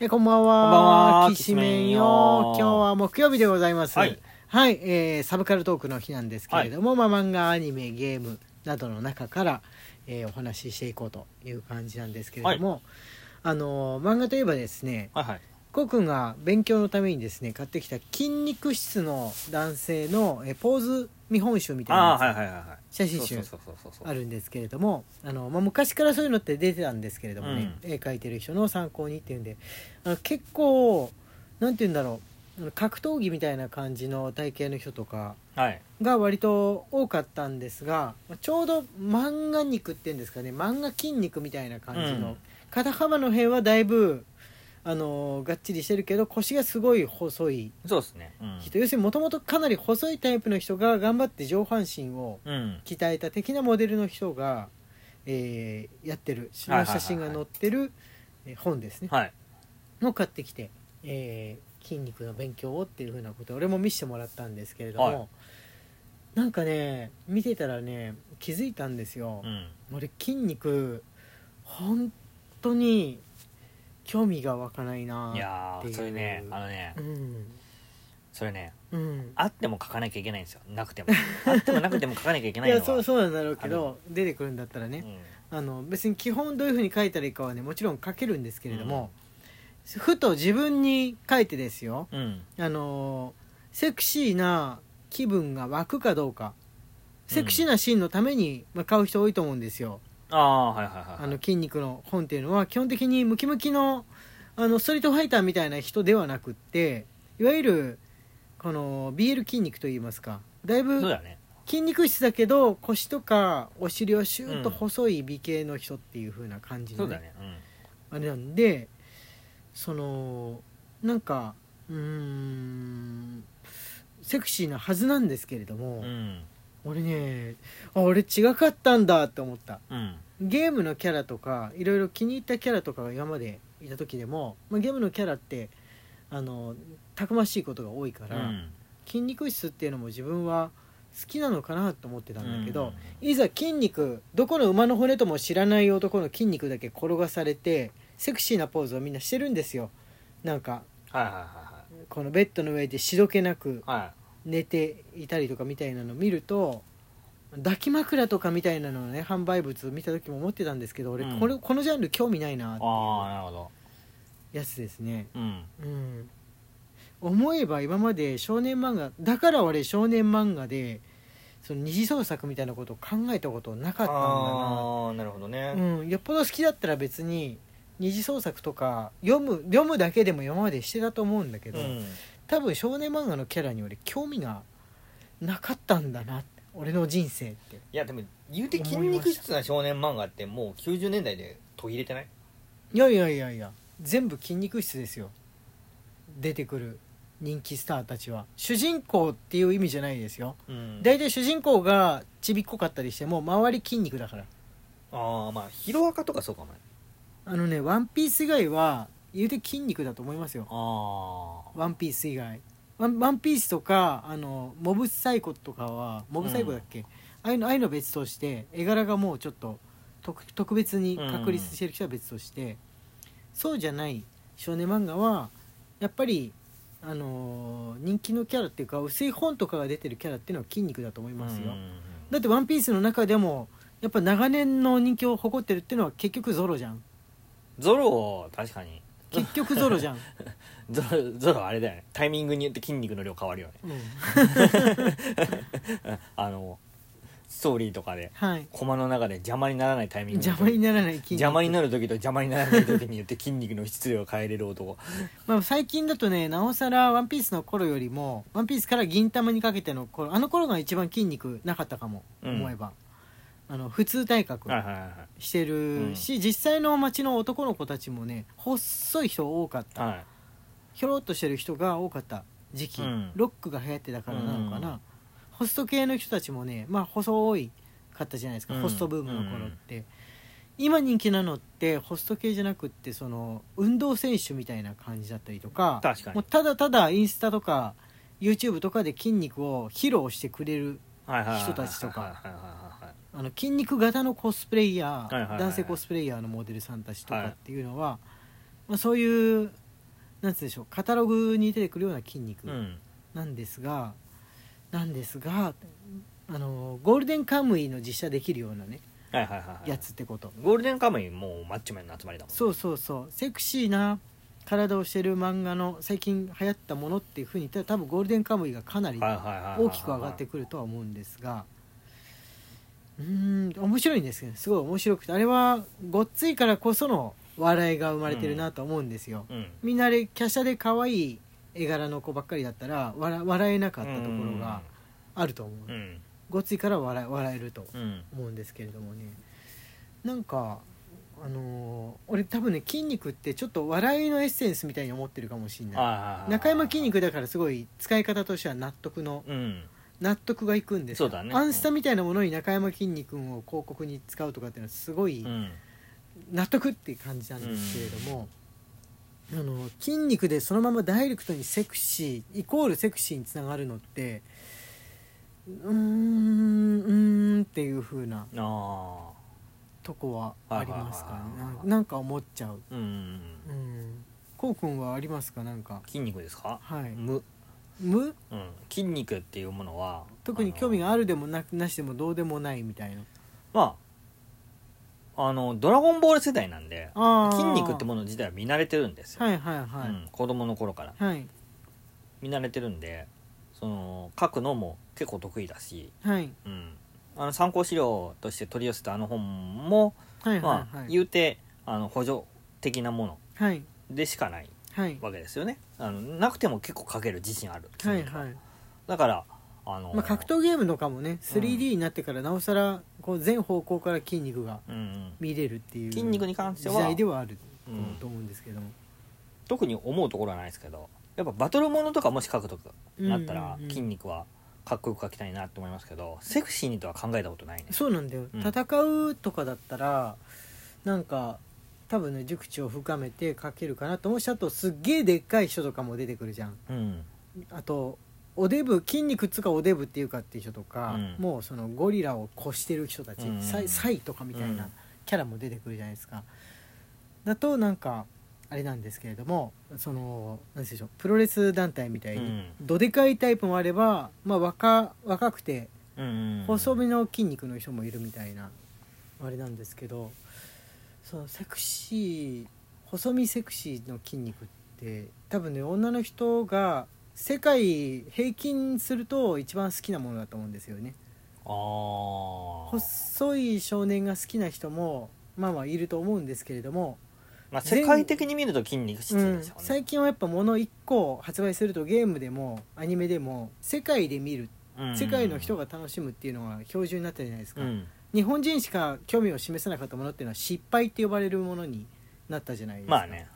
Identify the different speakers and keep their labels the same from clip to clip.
Speaker 1: えこんばん
Speaker 2: こんばん
Speaker 1: は。
Speaker 2: は
Speaker 1: きしめんよ。
Speaker 2: き
Speaker 1: 今
Speaker 2: しめんよ
Speaker 1: 日は木曜日でございます。
Speaker 2: はい。
Speaker 1: はい、えーサブカルトークの日なんですけれども、まあ漫画、アニメ、ゲームなどの中から、えーお話ししていこうという感じなんですけれども、あのー漫画といえばですね、
Speaker 2: はいはい
Speaker 1: こうくんが勉強のためにですね買ってきた筋肉質の男性の、えーポーズ見本集みたいな
Speaker 2: あ
Speaker 1: や
Speaker 2: あ
Speaker 1: つ
Speaker 2: はいはいはいはい
Speaker 1: 写真集
Speaker 2: そうそうそうそうそう
Speaker 1: あるんですけれどもあの、まあ、昔からそういうのって出てたんですけれどもね、絵描いてる人の参考にっていうんであの結構なんて言うんだろうあの格闘技みたいな感じの体型の人とか
Speaker 2: はい
Speaker 1: が割と多かったんですがちょうど漫画肉っていうんですかね漫画筋肉みたいな感じの、
Speaker 2: うん
Speaker 1: 肩幅の辺はだいぶあのがっちりしてるけど腰がすごい細い
Speaker 2: そうですねうん
Speaker 1: 人、要するにもともとかなり細いタイプの人が頑張って上半身を
Speaker 2: うん
Speaker 1: 鍛えた的なモデルの人が、えーやってるそ
Speaker 2: はい
Speaker 1: の
Speaker 2: はいはいは
Speaker 1: 写
Speaker 2: い
Speaker 1: 真が載ってるえー本ですね、
Speaker 2: はい
Speaker 1: の買ってきて、えー筋肉の勉強をっていうふうなことを俺も見せてもらったんですけれども、
Speaker 2: はい
Speaker 1: なんかね見てたらね気づいたんですよ
Speaker 2: う、ん
Speaker 1: 俺筋肉本当に興味が湧かないないい
Speaker 2: やーそれねあのね
Speaker 1: うん
Speaker 2: それね
Speaker 1: うん
Speaker 2: あっても書かなきゃいけないんですよなくてもあってもなくても書かなきゃいけない
Speaker 1: い
Speaker 2: のは
Speaker 1: やそうそうなんだろうけど出てくるんだったらね、
Speaker 2: うん
Speaker 1: あの別に基本どういうふうに書いたらいいかはねもちろん書けるんですけれども、ふと自分に書いてですよ
Speaker 2: うん
Speaker 1: あのセクシーな気分が湧くかどうかセクシーなシーンのために、まあ、買う人多いと思うんですよ
Speaker 2: ああはいはいはいはい
Speaker 1: あの筋肉の本っていうのは基本的にムキムキのあのストリートファイターみたいな人ではなくっていわゆるこの BL 筋肉といいますかだいぶ
Speaker 2: そうだね
Speaker 1: 筋肉質だけど腰とかお尻をシューッと細い美形の人っていう風な感じ
Speaker 2: そ
Speaker 1: の
Speaker 2: う
Speaker 1: ね、
Speaker 2: だねうん
Speaker 1: あれなんでそのなんかうーんセクシーなはずなんですけれど
Speaker 2: う
Speaker 1: も、
Speaker 2: ん
Speaker 1: 俺ねあ俺違かったんだって思った
Speaker 2: うん
Speaker 1: ゲームのキャラとかいろいろ気に入ったキャラとかが今までいた時でも、まあ、ゲームのキャラってあのたくましいことが多いか
Speaker 2: う
Speaker 1: ら、
Speaker 2: ん
Speaker 1: 筋肉質っていうのも自分は好きなのかなと思ってたんだけど、
Speaker 2: うん
Speaker 1: いざ筋肉どこの馬の骨とも知らない男の筋肉だけ転がされてセクシーなポーズをみんなしてるんですよなんか
Speaker 2: はいはいは
Speaker 1: このベッドの上でしどけなく
Speaker 2: いはいは
Speaker 1: 寝ていたりとかみたいなの見ると抱き枕とかみたいなのをね販売物見た時も思ってたんですけど俺
Speaker 2: うん
Speaker 1: これ、このジャンル興味ない
Speaker 2: い
Speaker 1: なって
Speaker 2: ああなるほど
Speaker 1: やつですね
Speaker 2: うん
Speaker 1: うん思えば今まで少年漫画だから俺少年漫画でその二次創作みたいなことを考えたことなかったんだなって
Speaker 2: ああなるほどね
Speaker 1: うん、よっぽど好きだったら別に二次創作とか読む読むだけでも今までしてたと思うんだけど、
Speaker 2: うん
Speaker 1: 多分少年漫画のキャラに俺興味がなかったんだなって俺の人生って
Speaker 2: いやでも言うて筋肉質な少年漫画ってもう90年代で途切れてない
Speaker 1: いやいやいやいや全部筋肉質ですよ出てくる人気スターたちは主人公っていう意味じゃないですよ
Speaker 2: うん
Speaker 1: 大体主人公がちびっこかったりしても周り筋肉だから
Speaker 2: ああまあヒロアカとかそうかもね
Speaker 1: あのね「ワンピース以外は言うて筋肉だと思いますよ
Speaker 2: あ
Speaker 1: ワンピース以外ワンワンピースとかあのモブサイコとかはモブサイコだっけ、ああいうのああいうのは別として絵柄がもうちょっと特特別に確立してる人は別として、そうじゃない少年漫画はやっぱり、あのー人気のキャラっていうか薄い本とかが出てるキャラっていうのは筋肉だと思い
Speaker 2: あ
Speaker 1: ます
Speaker 2: う
Speaker 1: よ、
Speaker 2: ん
Speaker 1: だって「ワンピースの中でもやっぱ長年の人気を誇ってるっていうのは結局ゾロじゃん
Speaker 2: ゾロ確かに
Speaker 1: 結局ゾ ロじゃん、
Speaker 2: ゾロゾロあれだよねタイミングによって筋肉の量変わるよね
Speaker 1: うん
Speaker 2: あのストーリーとかで
Speaker 1: はい
Speaker 2: コマの中で邪魔にならないタイミング
Speaker 1: 邪魔に
Speaker 2: な
Speaker 1: ならない筋肉
Speaker 2: 邪魔になる時と邪魔にならない時によって筋肉の質量を変えれる男
Speaker 1: まあ、最近だとねなおさら「ワンピースの頃よりも「ワンピースから「銀玉」にかけての頃あの頃が一番筋肉なかったかも、
Speaker 2: うん
Speaker 1: 思えばあの普通体格
Speaker 2: はいはいはい
Speaker 1: してるし、実際の街の男の子たちもね細い人多かった
Speaker 2: はい
Speaker 1: ひょろっとしてる人が多かった時期、
Speaker 2: うん
Speaker 1: ロックが流行ってたからなのかな、
Speaker 2: う
Speaker 1: ホスト系の人たちもねまあ細いかったじゃないですか、
Speaker 2: うん
Speaker 1: ホストブームの頃って、今人気なのってホスト系じゃなくってその運動選手みたいな感じだったりとか
Speaker 2: 確かに
Speaker 1: もうただただインスタとか YouTube とかで筋肉を披露してくれる
Speaker 2: はいはいはいはい
Speaker 1: 人たちとか
Speaker 2: はいはいはいはい
Speaker 1: あの筋肉型のコスプレイヤー、
Speaker 2: はいはいはい
Speaker 1: 男性コスプレイヤーのモデルさんたちとかっていうのは、まあ、そういうなんつうんでしょうカタログに出てくるような筋肉
Speaker 2: うん
Speaker 1: なんですが、なんですがあのゴールデンカムイの実写できるようなね
Speaker 2: はいはいはいはい
Speaker 1: やつってこと
Speaker 2: ゴールデンカムイもうマッチョメンの集まりだもん
Speaker 1: そうそうそうセクシーな体をしてる漫画の最近流行ったものっていうふうに言ったら多分ゴールデンカムイがかなり
Speaker 2: はいはいはいはいはい
Speaker 1: 大きく上がってくるとは思うんですがうーん面白いんですけどすごい面白くてあれはごっついからこその笑いが生まれてるなと思うんですよ、
Speaker 2: うん
Speaker 1: みんなあれ華奢で可愛い絵柄の子ばっかりだったら笑笑えなかったところがあると思う、
Speaker 2: うん
Speaker 1: ごっついから笑え笑えると
Speaker 2: うん
Speaker 1: 思うんですけれどもねなんかあのー俺多分ね筋肉ってちょっと笑いのエッセンスみたいに思ってるかもしれ
Speaker 2: はい
Speaker 1: な
Speaker 2: はいはいはい
Speaker 1: い中山筋肉だからすごい使い方としては納得の
Speaker 2: うん
Speaker 1: 納得がいくんですよ
Speaker 2: そうだね
Speaker 1: アンスタみたいなものに中山きんに君を広告に使うとかっていうのはすごい
Speaker 2: うん
Speaker 1: 納得っていう感じなんですけれども、あの筋肉でそのままダイレクトにセクシーイコールセクシーにつながるのってうーんうーんっていう風な
Speaker 2: あ
Speaker 1: とこはありますか
Speaker 2: はいはいはい
Speaker 1: ね
Speaker 2: はい
Speaker 1: ななんか思っちゃう
Speaker 2: あうん
Speaker 1: うんこうくんはありますかなんか
Speaker 2: 筋肉ですか
Speaker 1: はい
Speaker 2: 無
Speaker 1: 無
Speaker 2: うん筋肉っていうものは
Speaker 1: 特に興味があ
Speaker 2: る
Speaker 1: るでもなくなしでもどうでもないみたいな
Speaker 2: まああの「ドラゴンボール」世代なんで
Speaker 1: あー
Speaker 2: 筋肉ってもの自体は見慣れてるんですよ
Speaker 1: はいはいはい、
Speaker 2: うん子供の頃から
Speaker 1: はい
Speaker 2: 見慣れてるんでその書くのも結構得意だし
Speaker 1: はい
Speaker 2: うんあの参考資料として取り寄せたあの本も
Speaker 1: はいは
Speaker 2: ま
Speaker 1: いは
Speaker 2: あ
Speaker 1: い
Speaker 2: 言うてあの補助的なもの
Speaker 1: はい
Speaker 2: でしかない
Speaker 1: はい
Speaker 2: わけですよねあのなくても結構書ける自信ある
Speaker 1: は
Speaker 2: 筋
Speaker 1: い
Speaker 2: 肉
Speaker 1: はい
Speaker 2: だからあの
Speaker 1: まあ格闘ゲームとかもね 3D になってからなおさらこう全方向から筋肉が
Speaker 2: うんうん
Speaker 1: 見れるっていう
Speaker 2: 筋肉に関しては
Speaker 1: 時代ではある
Speaker 2: うん
Speaker 1: と思うんですけども
Speaker 2: 特に思うところはないですけどやっぱバトルものとかもし書くとかなった
Speaker 1: う
Speaker 2: ら
Speaker 1: んうんうん
Speaker 2: 筋肉はかっこよく書きたいなと思いますけどセクシーにとは考えたことないね
Speaker 1: そうなんだよ
Speaker 2: うん
Speaker 1: 戦うとかだったらなんか多分ね熟知を深めて描けるかなと思うしあとすっげえでっかい人とかも出てくるじゃん
Speaker 2: うん
Speaker 1: あとおデブ筋肉っつうかおデブっていうかっていう人とか、
Speaker 2: うん
Speaker 1: もうそのゴリラを越してる人たち、
Speaker 2: うん
Speaker 1: サイサイとかみたい
Speaker 2: うん
Speaker 1: なキャラも出てくるじゃないですか。だとなんかあれなんですけれどもそのなんでしょうプロレス団体みたいに、
Speaker 2: うん
Speaker 1: どでかいタイプもあれば、まあ、若若くて
Speaker 2: うんうん
Speaker 1: 細身の筋肉の人もいるみたいなあれなんですけどそのセクシー細身セクシーの筋肉って多分ね女の人が世界平均すると一番好きなものだと思うんですよね
Speaker 2: ああ
Speaker 1: 細い少年が好きな人もまあまあいると思うんですけれども、
Speaker 2: まあ世界的に見ると筋肉質
Speaker 1: う
Speaker 2: で
Speaker 1: ん
Speaker 2: しょうね
Speaker 1: 最近はやっぱ物1個発売するとゲームでもアニメでも世界で見る
Speaker 2: うん
Speaker 1: 世界の人が楽しむっていうのが標準になったじゃないですか、
Speaker 2: うん
Speaker 1: 日本人しか興味を示せなかったものっていうのは失敗って呼ばれるものになったじゃないですか、
Speaker 2: まあね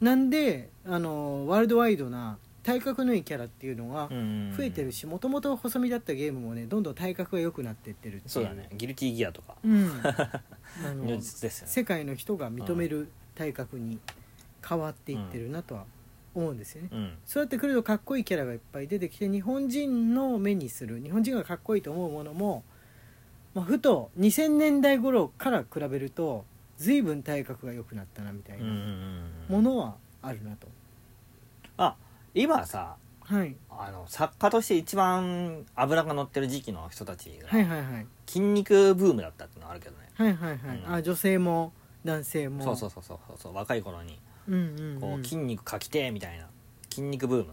Speaker 1: なんであのワールドワイドな体格のいいキャラっていうのが
Speaker 2: うん
Speaker 1: 増えてるしもともと細身だったゲームもねどんどん体格が良くなってってるってい
Speaker 2: そうだねギルティギアとか
Speaker 1: うんあ
Speaker 2: 如
Speaker 1: の
Speaker 2: 実ですよね
Speaker 1: 世界の人が認める体格に変わっていってるなとは思うんですよね、
Speaker 2: うん
Speaker 1: そうやってくるとかっこいいキャラがいっぱい出てきて日本人の目にする日本人がかっこいいと思うものも、まあ、ふと2000年代頃から比べると随分体格が良くなったなみたい
Speaker 2: うんうん
Speaker 1: な
Speaker 2: うん
Speaker 1: ものはあるなと、
Speaker 2: あ今さ
Speaker 1: はい、
Speaker 2: あの作家として一番脂が乗ってる時期の人たちが
Speaker 1: はいはいはい
Speaker 2: 筋肉ブームだったってのはあるけどね
Speaker 1: はいはいはい
Speaker 2: うん
Speaker 1: あ女性も男性も
Speaker 2: そうそうそうそうそう若い頃に
Speaker 1: うんうんうん
Speaker 2: こう筋肉かきてえみたいな筋肉ブーム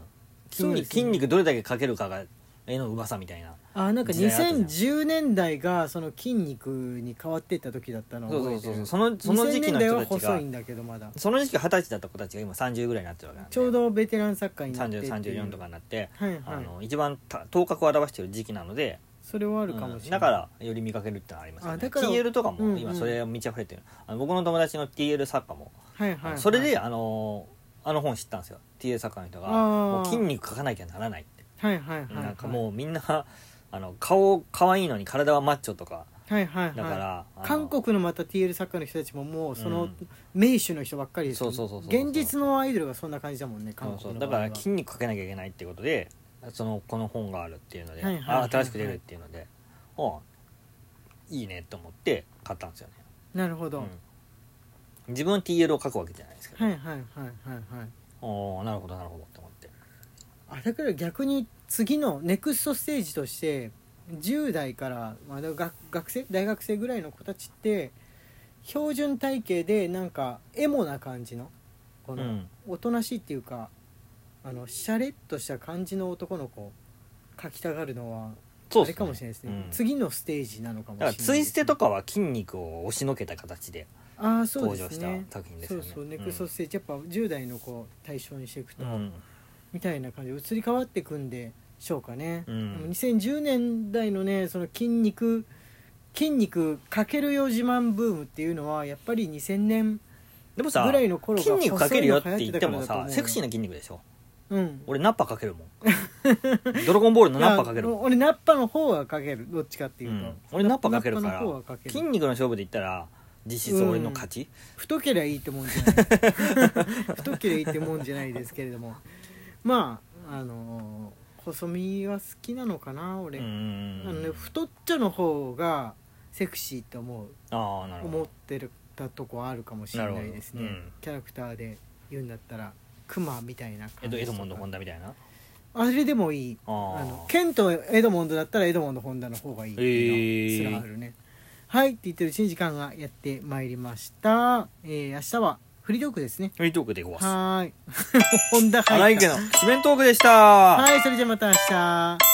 Speaker 2: 筋
Speaker 1: そう
Speaker 2: 肉,、
Speaker 1: ですね
Speaker 2: 筋肉どれだけかけるかが絵のうまさみたいな
Speaker 1: あなんか
Speaker 2: 時代あったじゃん
Speaker 1: 2010年代がその筋肉に変わっていった時だったのを
Speaker 2: そう
Speaker 1: 覚
Speaker 2: そ
Speaker 1: え
Speaker 2: う
Speaker 1: て
Speaker 2: そ
Speaker 1: る
Speaker 2: うそうそのその時期
Speaker 1: 2000
Speaker 2: の
Speaker 1: 年
Speaker 2: 人た
Speaker 1: 代は
Speaker 2: ち
Speaker 1: 細
Speaker 2: が
Speaker 1: いんだけどまだ
Speaker 2: その時期二十歳だった子たちが今30ぐらいになってるわけなんで
Speaker 1: ちょうどベテラン作家になってっていう
Speaker 2: 3034とかになって、
Speaker 1: はいはい
Speaker 2: あの一番た頭角を現してる時期なので
Speaker 1: それはあるかもしれない、
Speaker 2: うんだからより見かけるってのはありますよ
Speaker 1: あ
Speaker 2: ね
Speaker 1: だから
Speaker 2: TL とか
Speaker 1: うんう
Speaker 2: も
Speaker 1: ん
Speaker 2: 今それ満ち溢れてる、あの僕の友達の TL 作家も、
Speaker 1: はいはいはい、
Speaker 2: それであのあの本知ったんですよ TL 作家の人が
Speaker 1: あー
Speaker 2: もう筋肉描かなきゃならないって、
Speaker 1: はいはいはい
Speaker 2: なんかもうみんなあの顔可愛いのに体はマッチョとか
Speaker 1: はいはいはい
Speaker 2: だから、あの
Speaker 1: 韓国のまた TL 作家の人たちももうそうの
Speaker 2: ん
Speaker 1: 名手の人ばっかりですよ
Speaker 2: そうそうそうそう
Speaker 1: 現実のアイドルがそんな感じだもんね韓
Speaker 2: そう
Speaker 1: 国
Speaker 2: そう
Speaker 1: の
Speaker 2: だ
Speaker 1: 場合
Speaker 2: か
Speaker 1: は
Speaker 2: ら筋肉かけなきゃいけないってことでそのこの本があるっていうので、
Speaker 1: はいはいはいはい
Speaker 2: あ新しく出るっていうのでおいいねと思って買ったんですよね、
Speaker 1: なるほど、
Speaker 2: うん自分は TL を書くわけじゃないですけど、
Speaker 1: はいはいはいはいはい
Speaker 2: ああなるほどなるほどって思って
Speaker 1: あだから逆に次のネクストステージとして10代から、まあ、だから学学生大学生ぐらいの子たちって標準体型でなんかエモな感じのこの、
Speaker 2: うん
Speaker 1: おとなしいっていうかあのシャレっとした感じの男の子を描きたがるのは
Speaker 2: そう
Speaker 1: あれかもしれないですね、
Speaker 2: うん
Speaker 1: 次のステージなのかもし
Speaker 2: だから
Speaker 1: れない
Speaker 2: ツイステとかは筋肉を押しのけた形で
Speaker 1: ああそう
Speaker 2: 登
Speaker 1: で
Speaker 2: 場
Speaker 1: す
Speaker 2: した
Speaker 1: ね
Speaker 2: 作品です
Speaker 1: そ
Speaker 2: よ
Speaker 1: う
Speaker 2: ね
Speaker 1: そうネクストステージ、やっぱ10代の子対象にしていくと、
Speaker 2: うん
Speaker 1: みたいな感じで移り変わっていくんでしょうかね、
Speaker 2: うん
Speaker 1: でも2010年代のねその筋肉筋肉かけるよ自慢ブームっていうのはやっぱり2000年
Speaker 2: でも
Speaker 1: ぐ
Speaker 2: さ
Speaker 1: らいの頃が
Speaker 2: 筋肉かけるよって言っても
Speaker 1: 細いの流行ってたからだと思
Speaker 2: さ
Speaker 1: うよ
Speaker 2: セクシーな筋肉でしょ
Speaker 1: うん
Speaker 2: 俺ナッパかけるも んドラゴンボールのナッパかける
Speaker 1: い
Speaker 2: も
Speaker 1: や
Speaker 2: ん、
Speaker 1: 俺ナッパの方はかけるどっちかっていううと、
Speaker 2: ん、俺ナッパかけるか
Speaker 1: ナッパの方はからける
Speaker 2: 筋肉の勝負で言ったら実質俺の勝ち、
Speaker 1: 太けりゃいいってもんじ ゃない太けりゃいいってもんじゃないですけれどもまああのー細身は好きなのかな俺、
Speaker 2: うん
Speaker 1: あのね、太っちょの方がセクシーと思う
Speaker 2: ああなるほ
Speaker 1: 思っ
Speaker 2: ど
Speaker 1: てるたとこあるかもしれないですね、
Speaker 2: なるほどうん
Speaker 1: キャラクターで言うんだったらクマみたいな
Speaker 2: エ
Speaker 1: 感
Speaker 2: ド
Speaker 1: じ
Speaker 2: エド
Speaker 1: とか
Speaker 2: モンド・ホンダみたいな
Speaker 1: あれでもいい
Speaker 2: あー
Speaker 1: あのケンとエドモンドだったらエドモンドホンダの方がいいっていうのすらあるね、はいって言ってるうちに時間がやってまいりました、えー、明日はフリートークですね
Speaker 2: フリートークでいこう
Speaker 1: はーい ホンダ入った
Speaker 2: 荒井家の四面トークでした
Speaker 1: はいそれじゃあまた明日